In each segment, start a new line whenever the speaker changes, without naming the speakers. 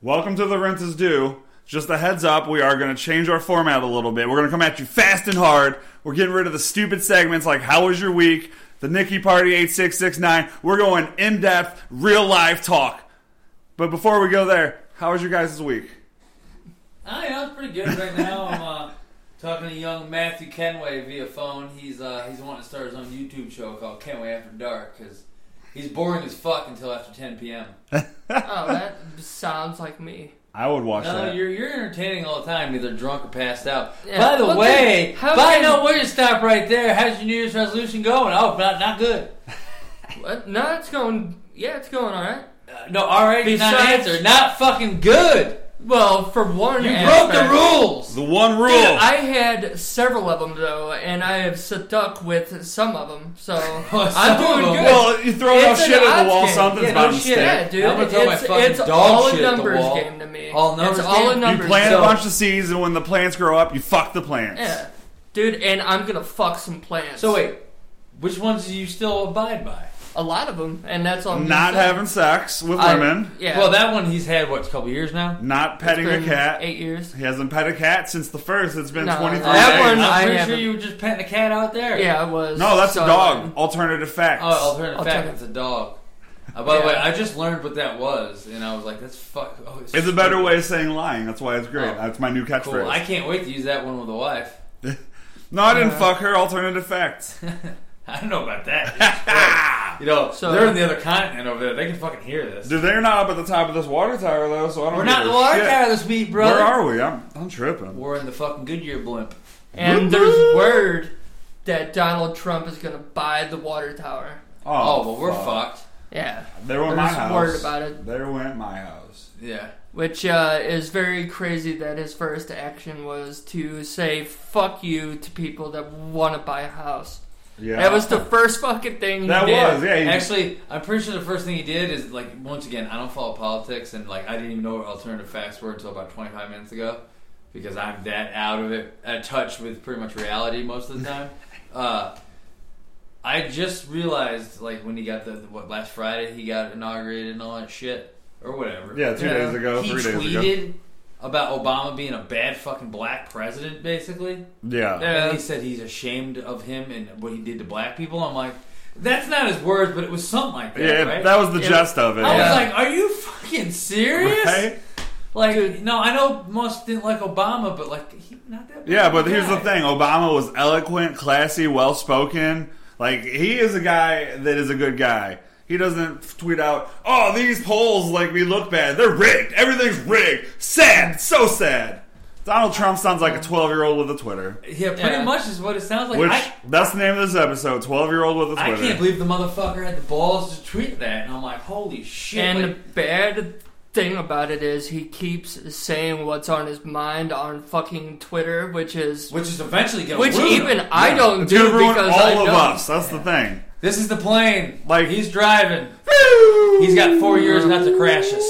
Welcome to the Rent is Due. Just a heads up, we are going to change our format a little bit. We're going to come at you fast and hard. We're getting rid of the stupid segments like How was your week? The Nikki Party 8669. We're going in depth, real life talk. But before we go there, how was your guys' week?
Oh, yeah, it's pretty good right now. I'm uh, talking to young Matthew Kenway via phone. He's uh, he's wanting to start his own YouTube show called Kenway After Dark because he's boring as fuck until after 10 p.m.
Oh, that sounds like me.
I would watch
Uh,
No,
that.
you're, you're entertaining all the time, either drunk or passed out.
Yeah.
By the
Well,
way,
dude, how
by
can-
no way to stop right there. How's your New Year's resolution going? Oh, not not good.
What? No, it's going. Yeah, it's going all right.
Uh, no, all right, not
Besides-
answer. Not fucking good.
Well, for one,
You broke
aspect-
the rules.
the one rule.
Dude, I had several of them though, and I have stuck with some of them. So
Well, Oh, some
I'm
of
doing
'em.
good.
well, you throw enough
It's an
shit at the
odds
wall,
game.
something's
yeah,
about
no
to
shit,
stick.
dude.
I'm gonna throw my
it's
fucking
it's
dog
all
shit
a
at the
numbers
wall.
game to me.
All numbers
it's all
game?
a
You
You
numbers
plant
game.
a bunch of seeds, and when the plants grow up, you fuck the plants.
Yeah. Dude, and I'm gonna fuck some plants.
So wait, which ones do you still abide by?
a lot of them, and that's all. I'm
Not
gonna say.
having sex with
I-
women.
Yeah.
Well, that one he's had what a couple years now.
Not petting a
been
cat.
Eight years.
He hasn't pet a cat since the first. It's been
No,
23
no, that
days.
one-
I'm
Oh, I
pretty
haven't.
sure you were just petting a cat out there.
Yeah, I was.
no, that's
so
a dog. Alternative facts.
Oh, alternative fact,
Alternative.
it's a dog. Uh, by the
Yeah.
way, I just learned what that was, and I was like, "That's fuck." Oh,
it's a better way of saying lying. That's why it's great.
Oh.
That's my new catchphrase.
Cool. I can't wait to use that one with the wife.
no, I didn't
Yeah.
fuck her. Alternative facts.
I don't know about that. you know,
So-
they're in the other continent over there. They can fucking hear this.
Dude, they're not up at the top of this water tower, though, so I don't
We're
give
not in
a
the water
shit.
tower this week, brother.
Where are we? I'm, I'm tripping.
We're in the fucking Goodyear blimp.
And there's word that Donald Trump is gonna buy the water tower.
Oh, well, we're
fuck.
fucked.
Yeah.
There went my
There's
house.
word about it.
There went my house.
Yeah.
Which uh, is very crazy that his first action was to say fuck you to people that want to buy a house.
Yeah,
That was the first fucking thing he
That
did.
was yeah. he-
Actually, I'm pretty sure the first thing he did is like once again, I don't follow politics, and like I didn't even know what alternative facts were until about 25 minutes ago, because I'm that out of it, out of touch with pretty much reality most of the time. uh, I just realized like when he got the what last Friday he got inaugurated and all that shit or whatever.
Yeah, two days ago,
he
three days ago.
tweeted about Obama being a bad fucking black president, basically.
yeah.
And he said he's ashamed of him and what he did to black people. I'm like, that's not his words, but it was something like that,
Yeah,
right?
that was the
Yeah.
gist of it.
I
yeah.
was like, are you fucking serious?
Right?
Like, no, I know most didn't like Obama, but like, he not that. bad
Yeah, but
guy.
here's the thing: Obama was eloquent, classy, well spoken. Like he is a guy that is a good guy. He doesn't tweet out, "Oh, these polls like we look bad. They're rigged. Everything's rigged. Sad, so sad." Donald Trump sounds like a 12 year old with a Twitter,
Yeah, pretty
Yeah.
much is what it sounds like.
which
I,
that's the name of this episode: 12 year old with a
I
Twitter.
can't believe the motherfucker had the balls to tweet that, and I'm like, holy shit!
And
like,
the bad thing about it is he keeps saying what's on his mind on fucking Twitter, which is
which is eventually going.
which even I don't
it's
do
gonna ruin
because
all
I
of
don't.
us. That's the thing.
This is the plane.
Like-
he's driving. He's got four years not to crash us.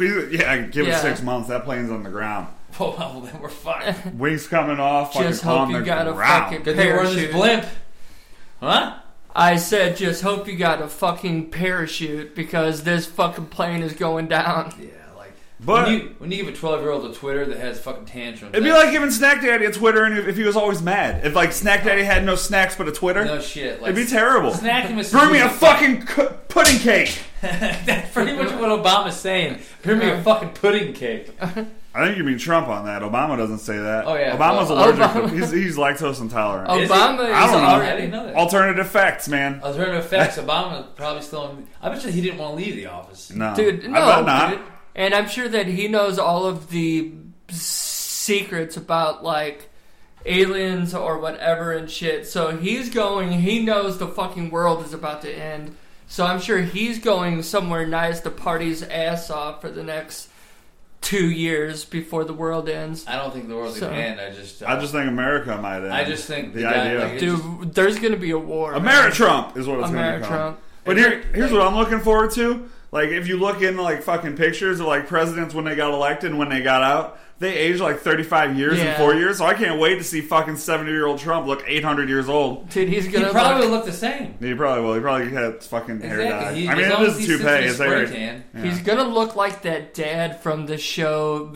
Yeah, give it
Yeah.
six months. That plane's on the ground.
Oh, well, then we're fucked.
Wings coming off. Fucking
Just hope
on
you
the
got a
ground.
fucking
Good thing we're in
Parachute.
this blimp. Huh?
I said, just hope you got a fucking parachute because this fucking plane is going down.
Yeah, like.
But-
when you, when you give a 12 year old a Twitter that has fucking tantrums,
It'd be
that's-
like giving Snack Daddy a Twitter and if he was always mad. If like Snack Daddy had no snacks but a Twitter,
no shit. Like,
it'd be terrible.
Snacking was
Bring me a fucking cu- pudding cake.
That's pretty much what Obama's saying. Bring me a fucking pudding cake.
I think you mean Trump on that. Obama doesn't say that.
Oh, yeah.
Obama's
Well,
allergic.
Obama-
To, he's, he's lactose intolerant.
Oh. Is he?
Obama
I
is
don't know.
I didn't
already.
know that.
Alternative facts, man.
Alternative facts. Obama probably still. In, I bet you he didn't want to leave the office.
No, I
Dude,
bet
no.
not.
dude. And I'm sure that he knows all of the secrets about, like, aliens or whatever and shit. So he's going, he knows the fucking world is about to end. So I'm sure he's going somewhere nice to party his ass off for the next two years before the world ends.
I don't think the world's
So-
gonna end. I just. Uh,
I just think America might. End.
I just think
the
the guy,
idea.
like, it just-
Dude, there's going to be a war. man.
Ameritrump is what it's going to be called.
Ameritrump.
But here, here's what I'm looking forward to: Like if you look in like fucking pictures of like presidents when they got elected and when they got out, they aged like 35 years in
Yeah.
four years. So I can't wait to see fucking 70 year old Trump look 800 years old.
Dude, he's
He
gonna
probably
look,
looked the same.
He probably will. He probably had his fucking hair dye.
Exactly. He,
I mean,
as
it
long as
is
he
a
sits in
toupee.
his
It's
spray
like,
tan.
yeah.
he's gonna look like that dad from the show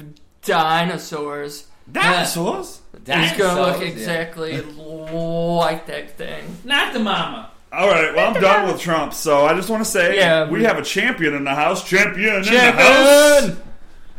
Dinosaurs.
dinosaurs.
he's gonna
Dinosaurs,
look
yeah.
exactly like that thing.
Not the mama.
All right. Well, I'm done with Trump. So I just want to say
Yeah.
we have a champion in the house. Champion, in the house.
Champion!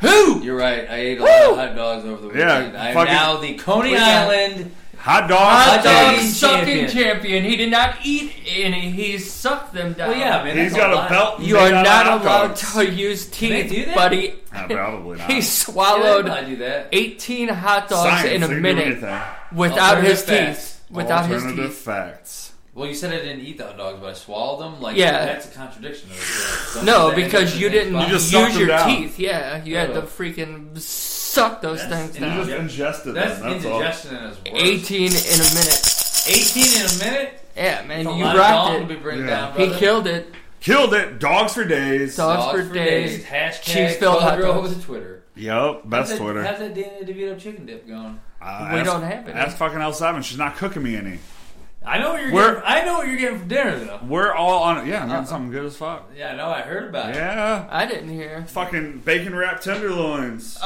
Who?
You're right. I ate a lot
Woo!
of hot dogs over the
Yeah,
weekend. I am
fucking-
now the Coney
We got-
Island.
Hot dog.
Hot dog
Champion.
sucking champion. He did not eat any. He sucked them down.
Well, yeah, man.
He's
that's
got
lot.
a belt.
You
made out
are
of
not
hot
allowed
dogs.
to use teeth,
do that? Oh.
buddy.
Uh, probably not.
He
Yeah,
swallowed
I do that.
18 hot dogs
Science,
in a
they can do
minute
anything.
without his
Alternative
teeth.
facts.
Without his
Alternative
teeth.
facts.
Well, you said I didn't eat the hot dogs, but I swallowed them. Like,
Yeah.
that's a contradiction. Of it. Don't
No,
say that
because
in
you
the same
didn't
spot.
You just sucked
use
them
your
down.
teeth. Yeah, you had
Yeah.
to freaking suck those
That's
things
in-
You
down.
just
Yep.
ingested
That's
them. That's all.
indigestion and it's worse.
18 in a minute.
18 in a minute.
Yeah, man,
It's a
you
lot of dog
rocked
to
it.
be bringing
Yeah.
down,
He
brother.
killed it.
Killed it. Dogs for days.
Dog- Dogs for days.
Hashtag
Cheese-filled hot
Girl
dogs.
with a Twitter.
Yep. Best
how's
Twitter.
That, how's that Danny DeVito chicken dip going?
Uh,
We
ask-
don't have any.
Ask fucking L7. She's not cooking me any.
I know what you're.
We're-
Getting, I know what you're getting for dinner though.
We're all on it. Yeah, I'm getting
Uh-uh.
something good as fuck.
Yeah, I know. I heard about it.
Yeah.
I didn't hear.
Fucking bacon wrapped tenderloins.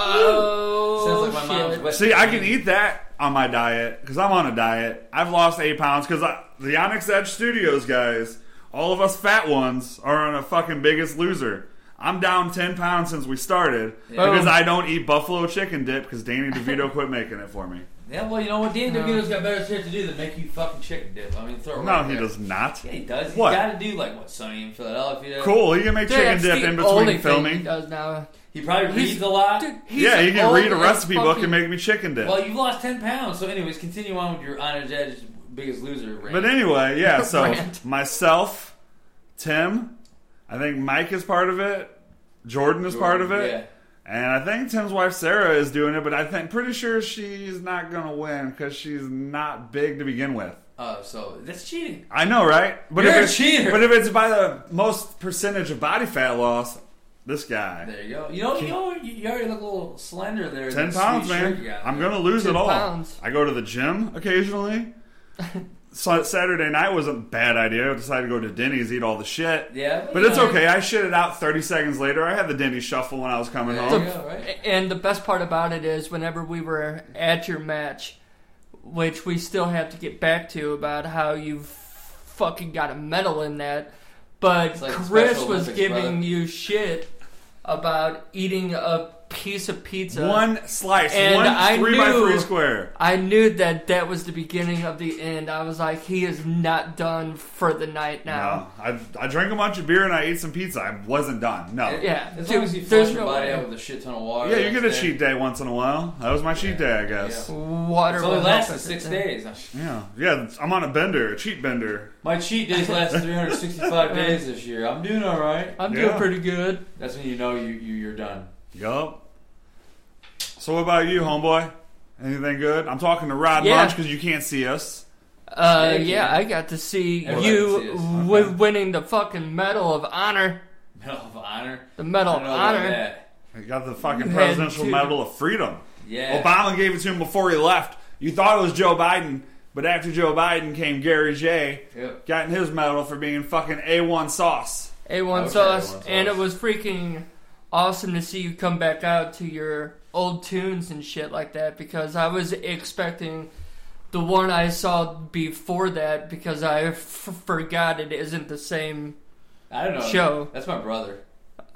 Oh,
Sounds like my
shit.
mom's West
See, I can
Virginia.
eat that on my diet because I'm on a diet. I've lost eight pounds because the Onyx Edge Studios guys, all of us fat ones, are on a fucking biggest loser. I'm down 10 pounds since we started because
Boom.
I don't eat buffalo chicken dip because Danny DeVito quit making it for me.
Yeah, well, you know what? Danny
No.
DeVito's got better shit to do than make you fucking chicken dip. I mean, throw it
No,
right
he
there.
does not.
Yeah, he does.
What?
He's got to do like what Sonny in Philadelphia.
Cool, he can make
Dude,
chicken
that's
dip
the
in
only
between
thing he
filming.
does now.
He probably
He's-
reads a lot.
Dude, he's
Yeah, he can
old
read a
as
recipe book
fucking-
and make me chicken dip.
Well, you've lost ten pounds. So, anyways, continue on with your honor judge biggest loser. Rant.
But anyway, yeah, so
Rant.
myself, Tim, I think Mike is part of it, Jordan is part of it,
Yeah.
and I think Tim's wife Sarah is doing it, but I think pretty sure she's not going to win cuz she's not big to begin with.
Oh, so that's cheating.
I know, right? But
You're a
if it's,
cheater.
But if it's by the most percentage of body fat loss, this guy.
There you go. You know, you know, you you already look a little slender there. in
10
that
pounds,
sweet shirt
man.
you got
I'm
there.
going to lose
10
it all.
pounds.
I go to the gym occasionally. Sa- Saturday night was a bad idea. I decided to go to Denny's, eat all the shit.
Yeah,
But
you
it's
know,
okay. I shit it out 30 seconds later. I had the Denny shuffle when I was coming
There you
home.
go, right?
And the best part about it is, whenever we were at your match, which we still have to get back to about how you fucking got a medal in that, but
It's like
Chris
Special
was
Olympics,
giving
brother.
you shit about eating a piece of pizza.
One slice,
And
one
I
three by
knew-
three square.
I knew that that was the beginning of the end. I was like, he is not done for the night
No,
now.
I, I drank a bunch of beer and I ate some pizza. I wasn't done. No. Yeah,
Yeah,
As
dude,
long as you
there's
flush your
no
body
way.
out with a shit ton of water.
you get a
that's there.
cheat day once in a while. That was my cheat day, I guess.
Water
It's only
will help
lasted
us
six
at that.
days.
Yeah. yeah, I'm on a bender, a cheat bender.
My cheat days last 365 days this year. I'm doing all right.
I'm
Yeah.
doing pretty good.
That's when you know you, you you're done.
Yup. So what about you, homeboy? Anything good? I'm talking to Rod
Yeah.
Munch because you can't see us.
Uh,
Thank
yeah,
you.
I got to see
Everybody
you
sees.
wi- winning the fucking Medal of Honor.
Medal of Honor.
The Medal
I
of
don't know about
Honor.
that.
I got the fucking
You had
Presidential
to.
Medal of Freedom.
Yeah.
Obama gave it to him before he left. You thought it was Joe Biden, but after Joe Biden came Gary J.
Yep.
Gotten his medal for being fucking A1 sauce.
A1
Okay,
sauce.
A1
And it
sauce.
was freaking awesome to see you come back out to your old tunes and shit like that because I was expecting the one I saw before that because I f- forgot it isn't the same.
I don't know.
Show.
That's my brother.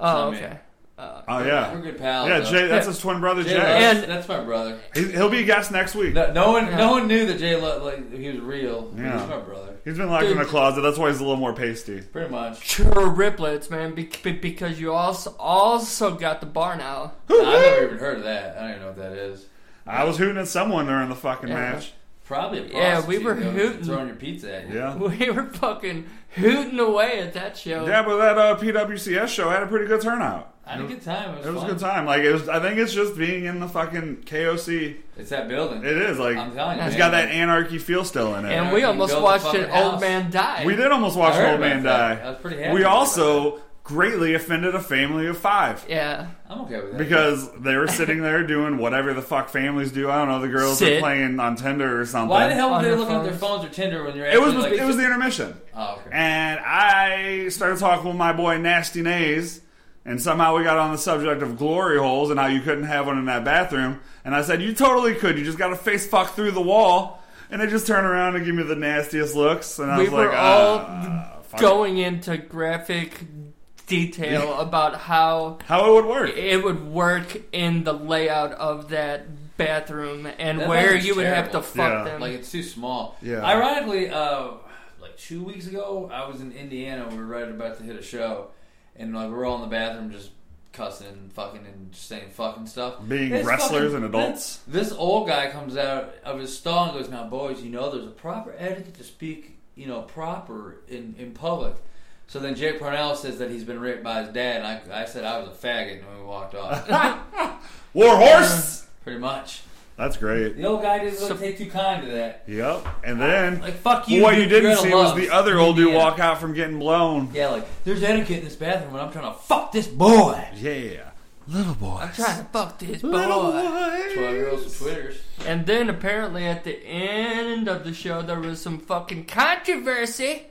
Oh,
not me.
okay. Uh,
Oh
We're
yeah,
good pals.
yeah.
though.
Jay, that's his twin brother
Jay Lo,
Jay.
And-
that's my brother.
He- He'll be a guest next week.
No, no one,
Yeah.
no one knew that Jay Lo, like he was real. but
Yeah.
He's my brother,
He's been locked in a
Dude.
closet. That's why he's a little more pasty.
pretty much.
triplets, man, bec- be- because you also also got the bar now.
I've never even heard of that. I don't even know what that is.
I was hooting at someone during the fucking
Yeah.
match.
Probably a
Yeah,
prostitute,
we were
though,
hooting.
throwing your pizza at you.
Yeah.
We were fucking hooting away at that show.
Yeah, but that uh, PWCS show had a pretty good turnout.
I had a good time. It was,
It was a
fun.
good time. Like it was. I think it's just being in the fucking KOC.
It's that building.
It is like
I'm telling you,
it's
man,
got that
like,
anarchy feel still in it.
And
Yeah,
we
you
almost
build a
watched
fucking
an old
house.
man die.
we did almost
I
watch an
heard
old
about
man
that.
die.
I was pretty happy.
we
about
also greatly offended a family of five.
Yeah.
I'm okay with that.
Because they were sitting there doing whatever the fuck families do. I don't know. The girls
Sit.
were playing on Tinder or something.
why the hell
On
were they
their
looking at their
phones.
phones or Tinder when you're
It
actually
was
like,
it was the intermission,
oh, okay.
and I started talking with my boy Nasty Nays, and somehow we got on the subject of glory holes and how you couldn't have one in that bathroom. And I said, "You totally could. You just got to face fuck through the wall." And they just turned around and give me the nastiest looks, and I
We
was
were
like,
all
"Ah, fuck it."
Going into graphic detail about how
How it would work?
it would work in the layout of that bathroom and
That
where
bathroom's
you would have to
terrible.
fuck
Yeah.
them.
Like it's too small.
Yeah.
Ironically, uh, like two weeks ago, I was in Indiana. We were right about to hit a show, and like we were all in the bathroom just cussing and fucking and just saying fucking stuff.
Being
This
wrestlers and adults.
This, this old guy comes out of his stall and goes, "Now, boys, you know there's a proper etiquette to speak, you know, proper in in public." So then Jake Parnell says that he's been raped by his dad, and I, I said I was a faggot, and we walked off.
War horse.
Pretty much.
That's great.
The old guy didn't really
So-
take too kind to that.
Yep. And then
Like fuck
well,
you.
what you
you're
didn't
gonna
see was
love
the other old dude
Indiana.
walk out from getting blown.
Yeah, like there's etiquette in this bathroom when I'm trying to fuck this boy.
Yeah, little boy.
I'm trying to fuck this
Little
boy.
Twelve year olds
boy.
with twitters.
And then apparently at the end of the show, there was some fucking controversy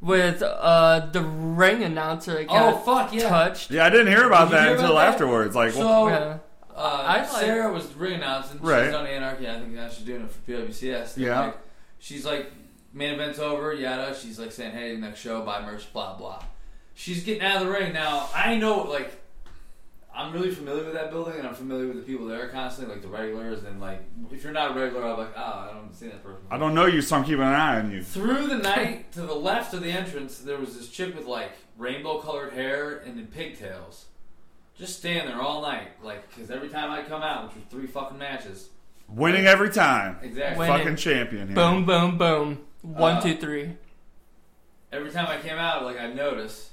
with uh, the ring announcer. that
Oh
Got
fuck yeah. Oh.
touched.
Yeah, I didn't hear about
Did you
that
hear
until
about that?
afterwards. Like, well,
So
Yeah.
uh,
I like-
Sarah was ring announcing.
Right.
She's on Anarchy. I think now she's doing it for PWCS. They're
Yeah.
Like, she's like main event's over. Yada. She's like saying, "Hey, next show, buy merch." Blah blah. She's getting out of the ring now. I know like. I'm really familiar with that building, and I'm familiar with the people there constantly, like the regulars, and like if you're not a regular, I'm like, oh, I don't see that person.
I don't know you, so I'm keeping an eye on you.
Through the night, to the left of the entrance, there was this chick with like rainbow colored hair and then pigtails. Just staying there all night, like, because every time I come out, which was three fucking matches,
Winning every time.
exactly.
Winning.
Fucking champion here.
Boom, boom, boom. One,
Uh,
two, three.
Every time I came out, like, I'd notice.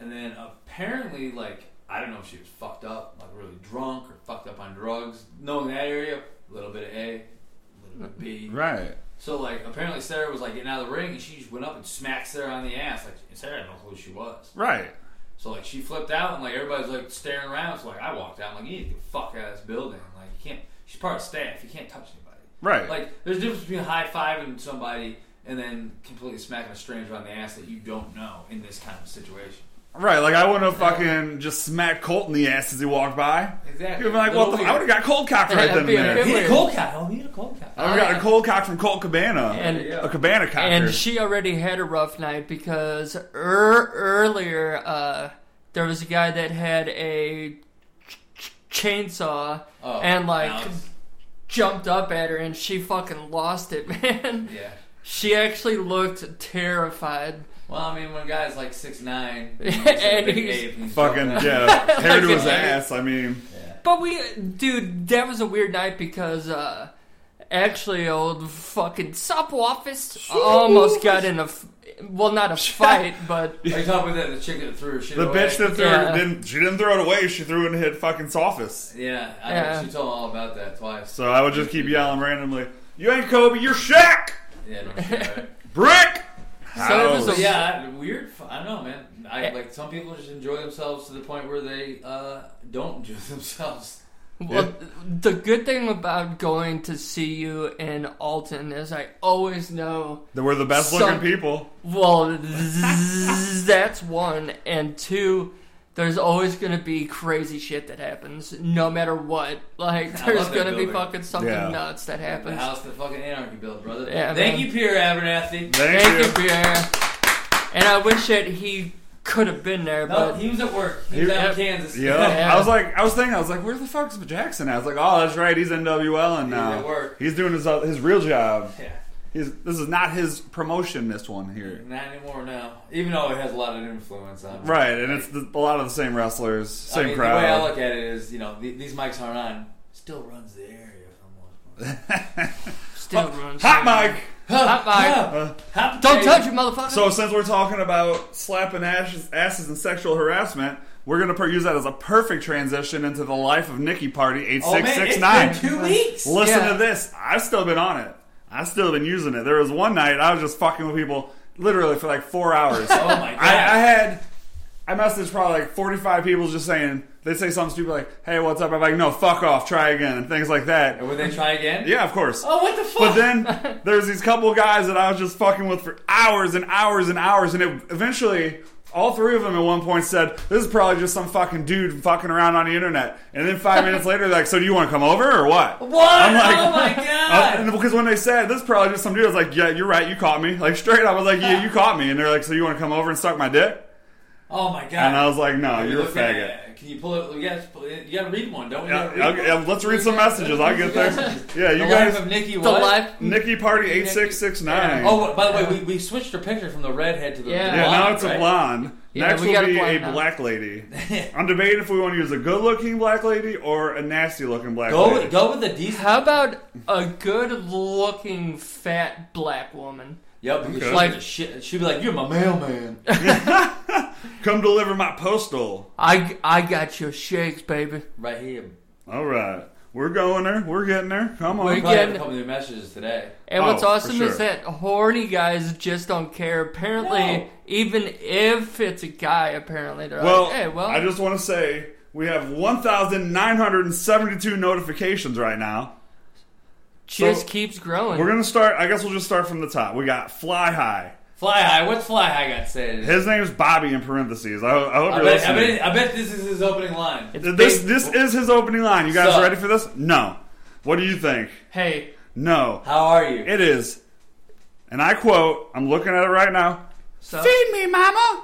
And then apparently, like, I don't know if she was fucked up, like really drunk or fucked up on drugs. Knowing that area, a little bit of A, a little bit of B.
Right.
So like apparently Sarah was like getting out of the ring and she just went up and smacked Sarah on the ass. Like and Sarah had no clue who she was.
Right.
So like she flipped out and like everybody's like staring around. So like I walked out. I'm like you need to get the fuck out of this building. Like you can't. She's part of staff. You can't touch anybody.
Right.
Like there's a difference between high fiving somebody and then completely smacking a stranger on the ass that you don't know in this kind of situation.
right. Like, I wouldn't have fucking just smacked Colt in the ass as he walked by.
Exactly.
You'd be like, what the? I would have got cold cocked right
Yeah,
then and
that'd be a
there.
good-
He's a cold cat. Oh, he's a cold cat.
I would have got a cold cock from Colt Cabana.
And-
a Cabana cocker.
And she already had a rough night because er- earlier uh, there was a guy that had a ch- ch- chainsaw
Oh,
and like
Alex.
jumped up at her and she fucking lost it, man.
yeah.
She actually looked terrified.
Well, I mean, when a guy's like six nine,
And he's-
fucking, yeah. Hair to his
Fucking-
ass. I mean,
But we, dude, that was a weird night because uh, actually, old fucking sub office almost got in a, f- well, not a fight, but
Are you talking about that the chick that threw her shit
the
away?
bitch that threw
Yeah.
didn't, she didn't throw it away. She threw it and hit fucking Sophus.
Yeah, I,
Yeah.
she told me all about that twice.
So I would just keep yelling randomly, "You ain't Kobe, you're Shaq,
Yeah, no shit, right?
Brick."
So it was
But
House.
a-
yeah, I- weird. fu- I don't know, man. I like some people just enjoy themselves to the point where they uh, don't enjoy themselves.
Well, the good thing about going to see you in Alton is I always know.
They were the best looking
Some-
people.
Well, zzz, that's one, and two. There's always gonna be crazy shit that happens, no matter what. Like,
I
there's
love that
gonna be
building.
fucking something
Yeah.
nuts that
The
happens.
house that fucking anarchy built, brother.
Yeah,
Thank
man.
you, Pierre Abernathy.
Thank,
Thank you,
you.
Pierre. And I wish that he could have been there,
No,
but
he was at work. He was
Here-
out in Kansas.
Yeah.
Yeah.
I was like, I was thinking, I was like, "Where the fuck's Jackson?" at?" I was like, "Oh, that's right, he's NWL and
He's
now
at work.
he's doing his uh, his real job.
Yeah.
He's, this is not his promotion. This one here,
Not anymore now. Even though it has a lot of influence on. me.
right? And it's the, a lot of the same wrestlers,
I
same
mean, The way I
crowd.
look at it is, you know, the, these mics aren't on. Still runs the area. for the most
still runs.
Hot Mike.
Hot mic.
part. Hot
Don't
potato.
touch it, motherfucker.
So since we're talking about slapping ashes, asses and sexual harassment, we're gonna per- use that as a perfect transition into the life of Nikki Party eight
Oh, man,
six six
it's
nine.
been two weeks.
Listen
Yeah.
to this. I've still been on it. I've still been using it. There was one night I was just fucking with people literally for like four hours.
Oh my god!
I, I had I messaged probably like 45 people just saying, they say something stupid like, hey, what's up? I'm like, no, fuck off, try again, and things like that.
And would they try again?
Yeah, of course.
Oh, what the fuck?
But then there's these couple guys that I was just fucking with for hours and hours and hours, and it eventually all three of them at one point said, "This is probably just some fucking dude fucking around on the internet." And then five minutes later, they're like, "So do you want to come over or what?"
what?
I'm like-
oh my god!
Uh, because when they said this, is probably just some dude. I was like, "Yeah, you're right. You caught me." Like straight, I was like, "Yeah, you caught me." And they're like, "So you want to come over and suck my dick?"
oh my god!
And I was like, "No, you're a
looking
faggot."
at- Can you pull it? You gotta, pull it- you gotta read one, don't we?
Yeah,
You gotta
I'll-
read
yeah,
one?
let's read some messages. I'll get there. Yeah,
the
you
life of
guys.
Nikki.
The
What?
life.
Nikki Party eight six six nine.
Oh, by the way, we, we switched her picture from the redhead to the
Yeah.
Yeah,
blonde,
now it's
right?
a blonde.
Yeah,
Next
we
will
got a
be
blonde
a
now.
black lady. I'm debating if we want to use a good-looking black lady or a nasty-looking black
Go
lady.
with, go with the decent.
How about a good-looking fat black woman?
Yep, because
Okay.
she's
Like-
like, shit. she'd be like, "You're my mailman."
Come deliver my postal.
I, I got your shakes, baby.
right here.
All right, we're going there. We're getting there. Come on.
We-
We probably have
Again-
a couple new messages today.
And
Oh,
what's
for
awesome
sure.
is that horny guys just don't care. Apparently,
No.
even if it's a guy, apparently they're
well,
like, "Hey, well,
I just want to say we have 1,972 notifications right now.
just
so-
keeps growing."
We're gonna start. I guess we'll just start from the top. We got Fly High.
Fly high. What's fly high got said?
His name's Bobby in parentheses. I, I hope
I
you're
bet, I,
listening.
bet, I bet this is his opening line.
It's
this
big-
this is his opening line. You guys
So-
ready for this? No. What do you think?
hey,
No.
How are you?
It is, and I quote, I'm looking at it right now.
so,
Feed me, mama.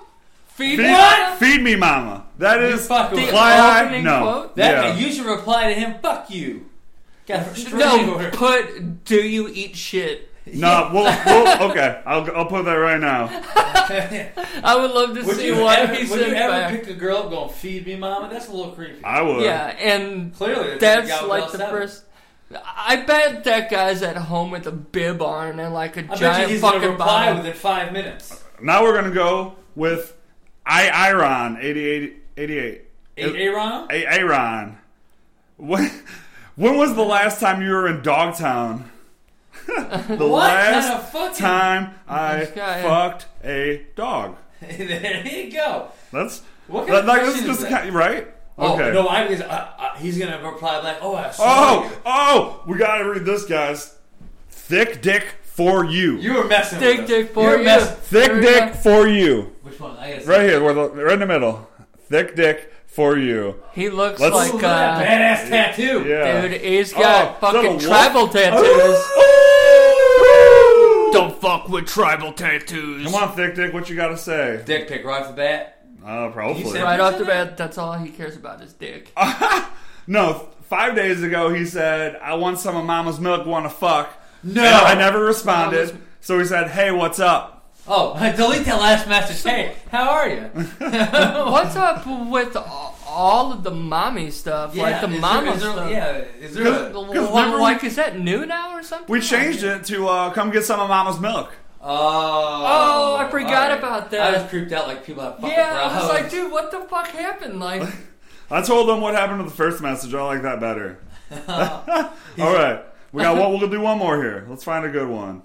feed
Feed,
what?
Feed me, mama. That
You
is
fuck
fly
with
it.
high.
Opening
No.
quote?
That
yeah.
you should reply to him. Fuck you. Got a
No, put. Do you eat shit?
no. We'll, we'll, okay. I'll, I'll put that right now.
I would love to
Would
see
you
what
ever,
he
would
says
you ever
back.
pick a girl up going feed me, mama? That's a little creepy.
I would.
yeah, and
Clearly,
that's
that's
like the
seven.
first. I bet that guy's at home with a bib on and like a
I bet you
giant
he's gonna
fucking
reply
bottle.
within five minutes.
Now we're gonna go with I Iron 88 88.
Eight Aaron.
A- Aaron. When when was the last time you were in Dogtown? the
What
last
kind of fucking-
time I
Nice guy.
fucked a dog.
there you go.
That's
What kind of
like, this
question is
just
that?
kind- right.
Oh
okay.
no! I because uh, uh, he's gonna reply like, "Oh, I saw
Oh, oh, we gotta read this, guys. Thick dick for you.
you. You were messing
Dick,
with
dick
us.
for
were
you.
messing-
There
Thick
we
dick
go.
for you.
Which one? I gotta
Right here, where the, right in the middle. Thick dick for you.
He looks
Let's-
Ooh,
Ooh,
like
look at
uh,
that badass tattoo.
Yeah.
dude. He's
Oh,
got
is that a
fucking
wolf?
tribal tattoos.
Ooh.
Don't fuck with tribal tattoos.
Come on, thick dick. What you gotta say?
Dick pic right off the bat.
Uh, probably.
said-
Right off the bat, that's all he cares about is dick.
No, five days ago he said, "I want some of Mama's milk. Want to fuck?"
No.
And I never responded.
Mama's-
So he said, "Hey, what's up?"
Oh, delete that last message. Hey, how are you?
What's up with a- all of the mommy stuff? like the
is
mama
there- is there-
stuff.
yeah, is there? A,
Good.
Well,
Because remember we-
like, is that new now or something?
We changed it to uh, "Come get some of Mama's milk."
oh,
Oh, I forgot
alright.
about
I
that.
was creeped out like people have fucking
Yeah, I was
problems.
like, dude, what the fuck happened? Like,
I told him what happened to the first message. I like that better. All right, we got one. We'll do one more here. Let's find a good one.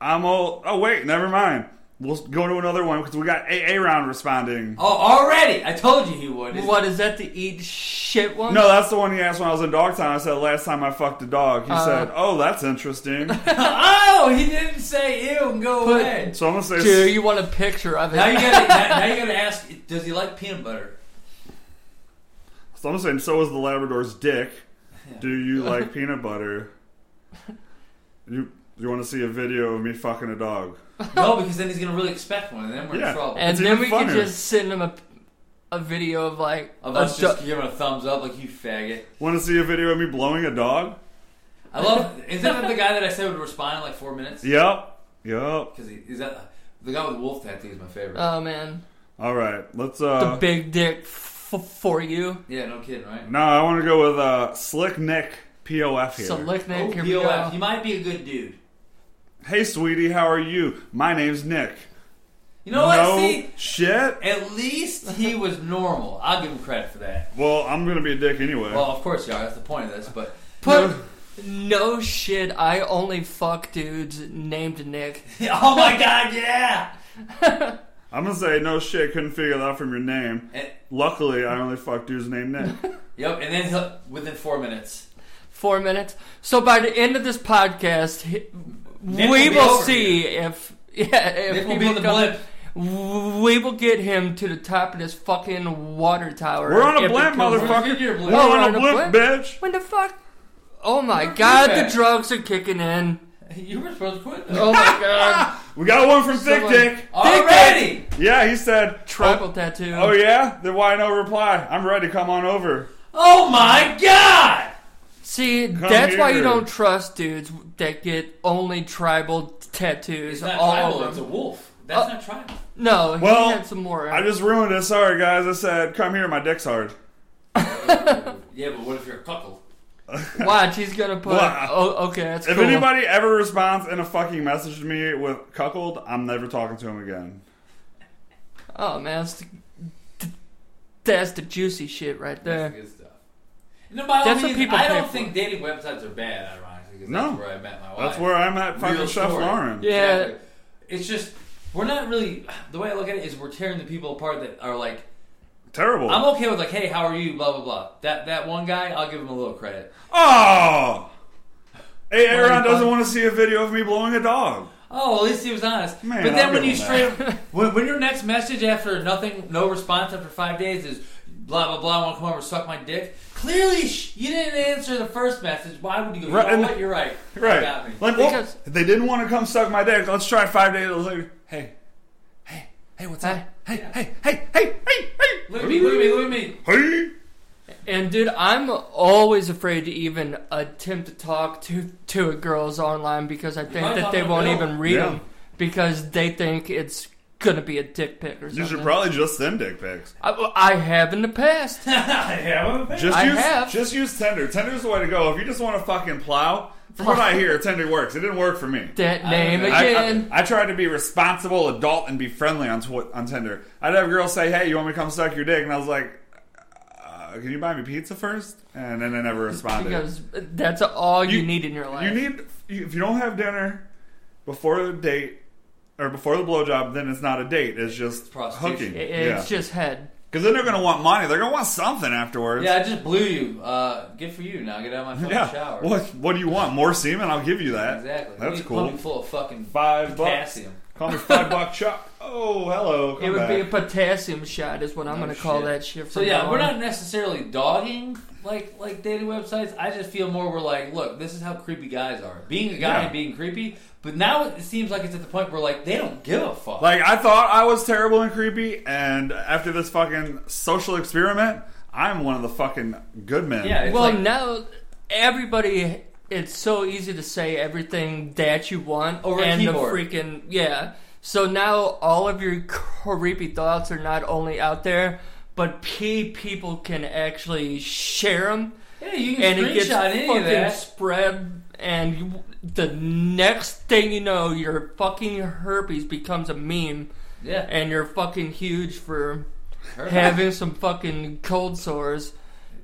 I'm old. Oh wait, never mind. We'll go to another one because we got AA round responding.
Oh, already? I told you he would. Is-
what is that the eat shit one?
No, that's the one he asked when I was in Dogtown. I said last time I fucked a dog. He
Uh.
said, "Oh, that's interesting."
Oh, he didn't say ew and go
Put-
away.
so I'm gonna say,
dude, you want a picture of it?
Now you gotta now, now you gotta ask. Does he like peanut butter?
So I'm saying, so is the Labrador's dick. Do you like peanut butter? You you want to see a video of me fucking a dog?
No, because then he's gonna really expect one, and then we're
Yeah.
in trouble.
and
It's
then
even
we could
funner.
just send him a, a video of like
of
a
us
du-
just giving a thumbs up, like you faggot.
Want to see a video of me blowing a dog?
I love. Isn't that the guy that I said would respond in like four minutes?
Yep. Yep.
Because is that the guy with the wolf tattoo is my favorite.
oh man,
All right. Let's
the
uh
big dick f- for you.
yeah, no kidding, right?
No, I want to go with uh Slick Nick POF here.
So lick
Oh,
Nick, here we
POF.
go.
He might be a good dude.
hey sweetie, how are you? My name's Nick.
You know what?
no
Oh, See,
shit.
at least he was normal. I'll give him credit for that.
Well, I'm going to be a dick anyway.
Well, of course you are. That's the point of this. But
Put no shit. I only fuck dudes named Nick.
oh my god, yeah.
I'm gonna say no shit. Couldn't figure that out from your name.
And,
Luckily, I only fucked dude's name Nick.
yep, and then he'll, within four minutes,
Four minutes. So by the end of this podcast, he-
Nick
we
will be
will
over
see if yeah if
Nick
people
will be in the
come-
blimp.
We will get him to the top of this fucking water tower.
We're on a
if it
blimp,
comes-
motherfucker.
Get your blimp.
We're
We're
on a blimp, bitch.
When the fuck? Oh my god, the
back.
drugs are kicking in.
You were supposed to quit.
Oh my god.
We got one from Thick
Someone-
Dick.
oh,
Already!
Yeah, he said.
Tribal tattoo.
Oh yeah, then why no reply? I'm ready. Come on over.
Oh my god!
See, that's why you
here.
don't trust dudes that get only tribal tattoos.
It's not
all
tribal,
of
it's a
them.
wolf. That's
Uh,
not tribal.
No,
Well,
he had some more.
I just ruined it. Sorry, guys. I said, come here. My dick's hard.
yeah, but what if you're a cuckold?
Watch, he's gonna put.
Blah.
Oh, okay, that's
If
cool.
anybody ever responds in a fucking message to me with cuckold, I'm never talking to him again.
oh man, that's the, that's the juicy shit right
That's
there.
the good stuff. No, by all
That's what
means,
people
I
pay
don't
for.
think dating websites are bad, ironically, because
No.
that's where I met my wife.
That's where I'm at, fucking
Real
Chef
story.
Lauren.
Yeah.
Exactly. It's just, we're not really, the way I look at it is we're tearing the people apart that are like,
Terrible.
I'm okay with like, hey, how are you, blah, blah, blah. That, that one guy, I'll give him a little credit.
oh. Hey, Aaron
Mind
doesn't
bug.
want to see a video of me blowing a dog.
Oh, at least he was honest.
Man,
but then
I'll
when you
give
straight
him
when, when your next message after nothing, no response after five days is blah blah blah. I want to come over and suck my dick. Clearly, sh- you didn't answer the first message. Why would you go?
Right,
You
and-
know what? You're right. You
Right.
got me.
Like, well,
Because-
they didn't want to come suck my dick. Let's try five days later. Hey, hey, hey, what's up?
Hey.
Hey, hey, hey, hey, hey, hey.
Look at me. Look at me. Look at me.
Hey.
And dude, I'm always afraid to even attempt to talk to to a girls online because I think
might
that
not
they
know.
won't even read
Yeah.
them because they think it's gonna be a dick pic or something.
You should probably just send dick pics.
I, I have in the past.
yeah,
Just
I
use
have.
just use Tinder. Tinder's the way to go. If you just want to fucking plow, from what I hear, Tinder works. It didn't work for me.
That
I
name
don't know.
I-
again.
I, I tried to be responsible adult and be friendly on tw- on Tinder. I'd have girls say, "Hey, you want me to come suck your dick?" And I was like, uh, "Can you buy me pizza first? And then I never responded.
because that's all you,
You-
need in your life.
you need you- if you don't have dinner before the date or before the blowjob, then it's not a date. It's just
Prostitution.
hooking.
I-
yeah,
It's just head.
because then they're gonna want money. They're gonna want something afterwards.
I just blew you. Uh, good for you. Now get out of my fucking
Yeah.
shower.
What What do you want? More semen? I'll give you that.
Exactly.
That's
you
cool.
Full of fucking
Five bucks.
potassium.
Call me five buck Chuck. Oh, hello. Come
it would
back.
be a potassium shot, is what I'm
No
going to call
shit.
that shit.
So
from
yeah,
now
we're
on.
not necessarily dogging like like dating websites. I just feel more we're like, look, this is how creepy guys are. Being a guy
Yeah.
and being creepy, but now it seems like it's at the point where like they don't give a fuck.
Like I thought I was terrible and creepy, and after this fucking social experiment, I'm one of the fucking good men.
yeah, it's
Well,
like,
now everybody, it's so easy to say everything that you want
Over a
and
keyboard.
the freaking yeah. So now all of your creepy thoughts are not only out there, but pe- people can actually share them,
yeah, you can
and it gets
screenshot any
fucking
of that.
spread. And you, the next thing you know, your fucking herpes becomes a meme,
Yeah,
and you're fucking huge for
Her-
having some fucking cold sores.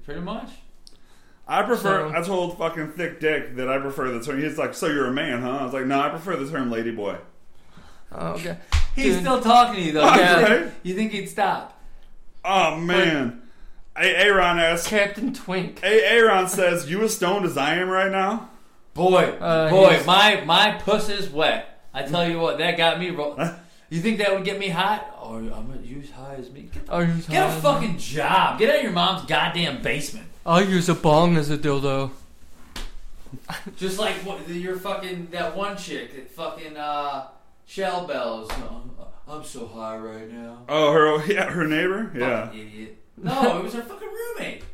pretty much.
I prefer.
So-
I told fucking thick dick that I prefer the term. He's like, "So you're a man, huh?" I was like, "No, I prefer the term lady boy."
Oh, okay.
He's
Dude.
still talking to you though.
Yeah.
You,
Right?
think, you think he'd stop?
Oh man, hey Aaron asks.
Captain Twink.
Hey Aaron says, "You as stoned as I am right now."
Boy,
Uh,
boy,
he's-
my my puss is wet. I tell you what, that got me. Ro- you think that would get me hot? Oh, I'm gonna use high as me. Get the
I'll use,
Get
uh,
a fucking job. Get out of your mom's goddamn basement.
I'll use a bong as a dildo.
Just like what, your fucking that one chick that fucking uh, shell bells. No, I'm so high right now.
Oh, her, yeah, her neighbor, yeah,
Fucking idiot. No, it was her fucking roommate.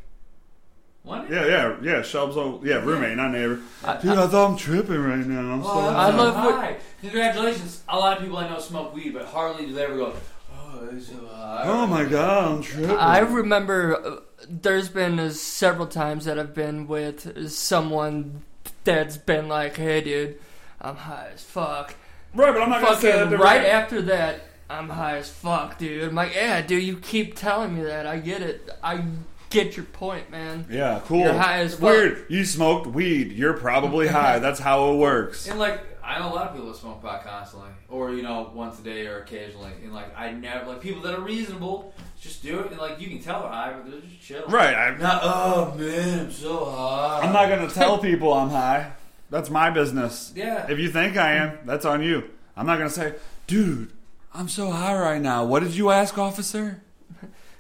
What?
yeah, yeah, yeah. Shelb's old, yeah, roommate, not neighbor. Dude, I thought I'm tripping right now. I'm
Oh,
stoned.
I'm
I
so
love what-
high. Congratulations. A lot of people I know smoke weed, but hardly do they ever go. Oh, I'm so high.
oh my god, I'm tripping.
I remember uh, there's been uh, several times that I've been with someone that's been like, hey, dude, I'm high as fuck.
right, but I'm not gonna say that.
Fucking
to
right
Ray.
after that, I'm high as fuck, dude. I'm like, yeah, dude, you keep telling me that. I get it. I get your point, man.
Yeah, cool.
You're high as fuck.
Weird. You smoked weed. You're probably high. That's how it works.
And like, I know a lot of people that smoke pot constantly, or you know, once a day or occasionally. And like, I never like people that are reasonable just do it. And like, you can tell they're high, but they're just chilling.
Right. I,
Not oh man, I'm so high.
I'm not going to tell people I'm high. That's my business.
Yeah.
If you think I am, that's on you. I'm not going to say, dude, I'm so high right now. What did you ask, officer?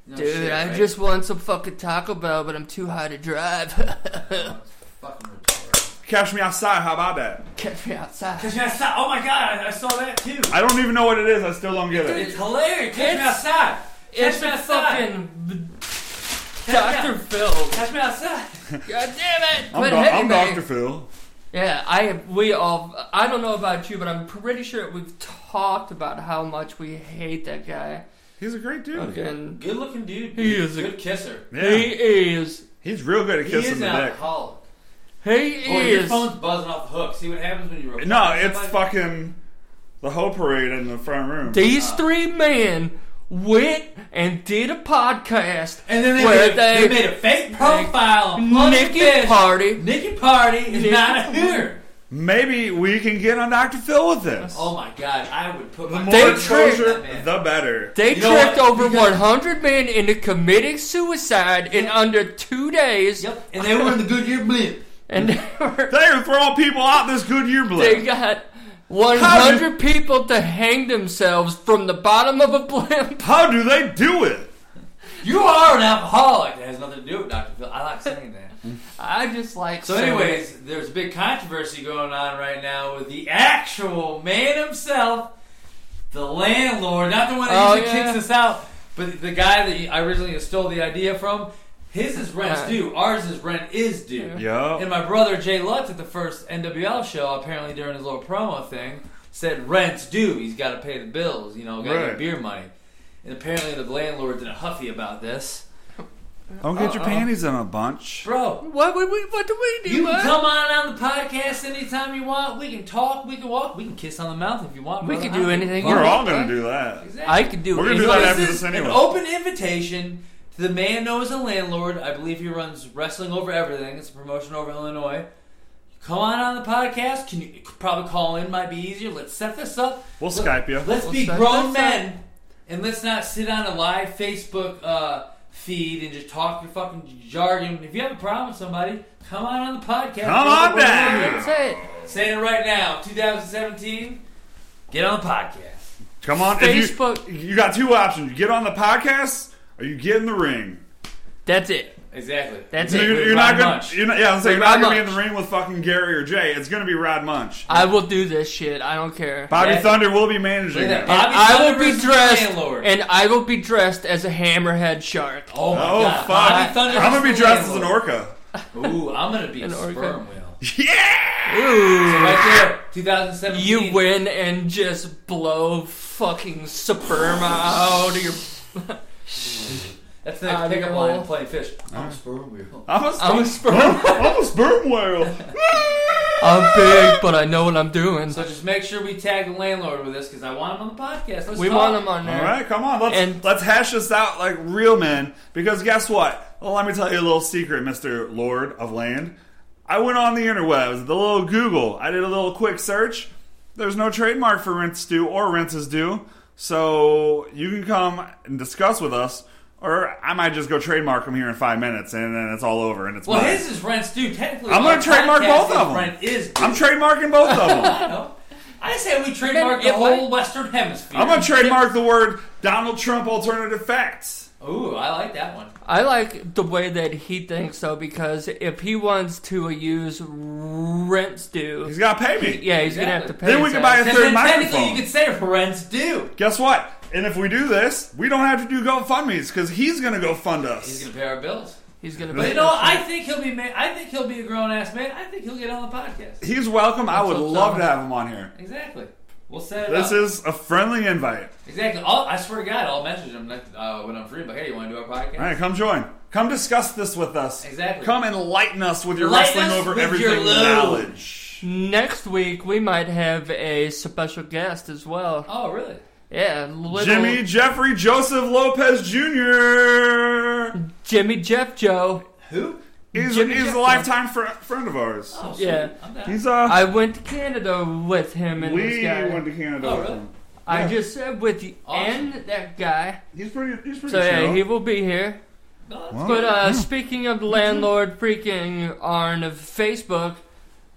No
Dude,
Oh, shit,
I
right?
just want some fucking Taco Bell, but I'm too high to drive.
Oh, it's fucking retarded.
Catch me outside. How about that?
Catch me outside.
Catch me outside. Oh my god, I, I saw that too.
I don't even know what it is. I still don't get it.
It's hilarious. Catch me
It's-
outside. Catch
It's
me
a
outside.
fucking
Catch me
Dr.
out-
Phil.
Catch me outside.
God damn it!
I'm,
But
doc- I'm
anyway-
Dr. Phil.
Yeah, I we all. I don't know about you, but I'm pretty sure we've talked about how much we hate that guy.
He's a great dude.
And
Good looking dude.
He is a-
good kisser.
Yeah.
he is.
He's real good at
He is
kissing
an
the dick.
alcoholic.
He
Boy, Oh, your
is.
phone's buzzing off the hook. See what happens when you reply.
No, it's
Somebody-
fucking the whole parade in the front room.
These
Uh.
three men went and did a podcast,
And then they,
where
made, a- they made a fake profile. on Bloody
Nikki
Fish.
Party.
Nikki Party is
Nikki
not a
Party.
hooter.
Maybe we can get on Dr. Phil with this.
Oh my god, I would put
The
my
more
They
exposure,
that man.
the better.
They
You know
tricked
what?
over
Because-
100 men into committing suicide in under two days,
Yep, and they were in the Goodyear blimp.
and they, were,
They are throwing people out this Goodyear
they
blimp.
got 100 people to hang themselves from the bottom of a blimp.
How do they do it?
You are an alcoholic. That has nothing to do with Dr. Phil. I like saying that.
I just like
So,
saying it.
anyways, there's a big controversy going on right now with the actual man himself, the landlord, not the one that
Oh,
usually
yeah.
kicks us out, but the guy that I originally stole the idea from. His is rent's
Right.
due. Ours is rent is due. And
Yo.
my brother Jay Lutz at the first NWL show, apparently during his little promo thing, said rent's due. He's got to pay the bills. You know, got to
Right.
get beer money. And apparently the landlord's in a huffy about this.
Don't get your
Uh-oh.
panties in a bunch.
Bro,
what would we? What do we do?
you
huh?
can come on on the podcast anytime you want. We can talk. We can walk. We can kiss on the mouth if you want.
We
brother.
can do
I
anything
fuck.
We're all going to do that.
Exactly.
I could do
We're gonna
it.
do
So
that after this
is
anyway.
An open invitation to the man known as a landlord. I believe he runs wrestling over everything. It's a promotion over Illinois. Come on on the podcast. Can you probably call in? Might be easier. Let's set this up.
We'll
Let-
Skype you.
Let's
We'll
be
set
grown
this up.
men and let's not sit on a live Facebook uh, feed and just talk your fucking jargon. If you have a problem with somebody, come on on the podcast.
Come
We're-
on
we're
down.
here.
That's it.
Saying it right now, 2017. Get on the podcast.
Come on.
Facebook.
If you, you got two options. You get on the podcast or you get in the ring.
That's it.
Exactly.
That's
So
it.
you're,
With
you're
Rod
not going
Munch.
to. Yeah, I'm saying you're
Rod
not going to be in
Munch.
the ring with fucking Gary or Jay. It's going to be Rod Munch.
I will do this shit. I don't care.
Bobby
Yeah.
Thunder will be managing
Look at
it.
that. Bobby
And I
Thunder
will be
versus
dressed,
Landlord.
and I will be dressed as a hammerhead shark.
Oh my
Oh,
god!
fuck.
Bobby Thunder
I'm going to be
versus
dressed as an
Landlord.
orca.
Ooh, I'm gonna be
An
a
orca.
sperm whale.
Yeah!
Ooh.
Right there, 2017.
You win and just blow fucking sperm out of your.
That's the next
I
pickup
will.
line. Playing fish. I'm a sperm whale.
I'm a
I'm a
sperm,
sperm.
I'm a sperm whale.
I'm big, but I know what I'm doing.
So just make sure we tag the landlord with this because I want him on the podcast. Let's
we
talk.
want him on
All
there.
right, come on. Let's
And-
let's hash this out like real men. Because guess what? Well, let me tell you a little secret, Mister Lord of Land. I went on the interwebs, the little Google. I did a little quick search. There's no trademark for rents due or rents is due, so you can come and discuss with us, or I might just go trademark them here in five minutes, and then it's all over, and it's
Well,
mine.
his is rent's due. Technically,
I'm gonna
our
trademark
podcast
both
is
of 'em.
Rent is due.
I'm trademarking both of them.
I know. I say we trademark
Then
the
if I-
whole Western Hemisphere.
I'm gonna trademark the word Donald Trump alternative facts.
Ooh, I like that one.
I like the way that he thinks though, because if he wants to use rents due,
He's gotta pay me.
yeah, he's gonna have to
Exactly.
pay.
Then we
his
can
ass.
buy a
And
third
then technically,
microphone.
you could say rent's due.
Guess what? And if we do this, we don't have to do GoFundMe's because he's going to go fund
He's
us.
gonna pay our bills.
He's gonna.
But
pay
you know,
his ass.
I think he'll be. Ma- I think he'll be a grown ass man. I think he'll get on the podcast.
He's welcome. I
That's
would
what's
love
up.
to have him on here.
Exactly. We'll set it
This
up.
is a friendly invite.
exactly. I'll, I swear to God, I'll message him next, uh, when I'm free. Like, hey, you want to do our podcast?
All right, come join. Come discuss this with us.
Exactly.
Come enlighten us with your
Enlighten
wrestling
us
over
with
everything
your load.
knowledge.
Next week we might have a special guest as well.
Oh, really?
Yeah, little
Jimmy Jeffrey Joseph Lopez Jr.
Jimmy Jeff Joe.
Who?
He's,
Jimmy
he's a
Jeff-
lifetime fr- friend of ours.
Oh,
Yeah.
sweet. I'm down.
He's uh,
I went to Canada with him and this
we
guy.
went to Canada.
Oh,
with
really?
him.
I
yeah.
just said with the
Awesome.
and that guy.
He's pretty. He's pretty.
So yeah,
chill.
he will be here.
No, that's
Well,
But uh,
yeah.
speaking
Mm-hmm.
of landlord freaking Arn of Facebook,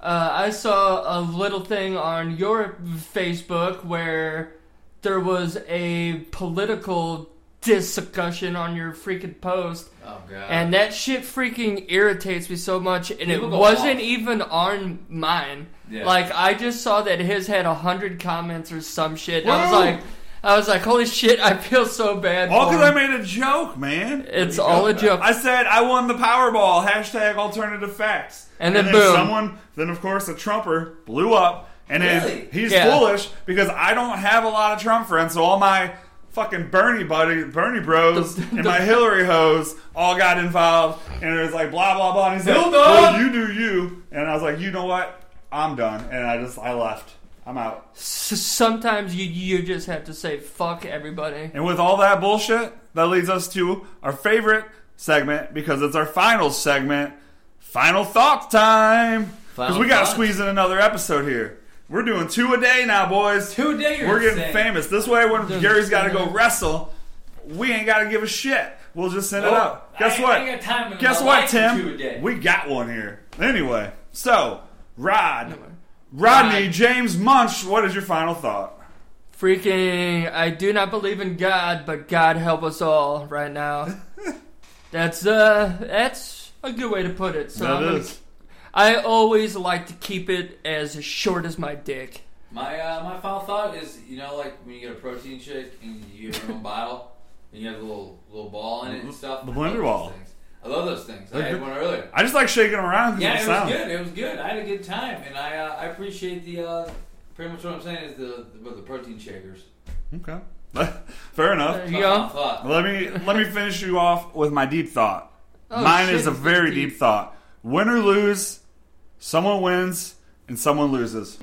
uh, I saw a little thing on your Facebook where there was a political discussion on your freaking post,
Oh god.
and that shit freaking irritates me so much. And it
People go
wasn't
off.
even on mine.
Yeah.
Like I just saw that his had a hundred comments or some shit. I was
Whoa.
like, I was like, holy shit! I feel so bad.
All
for
because I
him.
made a joke, man.
It's
There you
all
go.
a joke.
I said I won the Powerball. Hashtag alternative facts.
And then boom.
someone. Then of course a Trumper blew up, and then
Really?
he's
Yeah.
foolish because I don't have a lot of Trump friends, so all my fucking Bernie buddy, Bernie bros,
The-
and my Hillary hoes all got involved, and it was like blah blah blah. And he's like,
Dildo!
well, "You do you," and I was like, "You know what? I'm done," and I just I left. I'm out.
S- sometimes you you just have to say fuck everybody.
And with all that bullshit, that leads us to our favorite segment because it's our final segment, final thought time. Because
Final
we got to
thoughts.
squeeze in another episode here. We're doing two a day now, boys.
Two day
We're getting famous. This way, when
Doing
Gary's
two
got to
a
go
day.
wrestle, we ain't got to give a shit. We'll just send
Nope.
it up.
Oh, I
Guess
ain't-
what?
I ain't got time in
Guess
my
what,
life for two a day.
Tim? We got one here. Anyway, so Rod, Rodney
Rod.
James Munch, what is your final thought?
Freaking, I do not believe in God, but God help us all right now. that's uh, that's a good way to put it. So I'm
That
gonna-
is.
I always like to keep it as short as my dick.
My uh, my final thought is, you know, like when you get a protein shake and you get your own bottle and you have a little little ball in it and stuff.
Mm-hmm. The
I love
blender
those
ball.
things. I love those things. I
They're
had
good.
one earlier.
I just like shaking them around because of
Yeah, it
the
was
sound.
good. It was good. I had a good time, and I uh, I appreciate the. Uh, pretty much what I'm saying is the the, the protein shakers.
Okay. Fair enough.
There you
My
go.
final thought.
Let me let me finish you off with my deep thought.
Oh,
Mine
shit,
is a
it's
very
deep.
deep thought. Win or lose, someone wins and someone loses.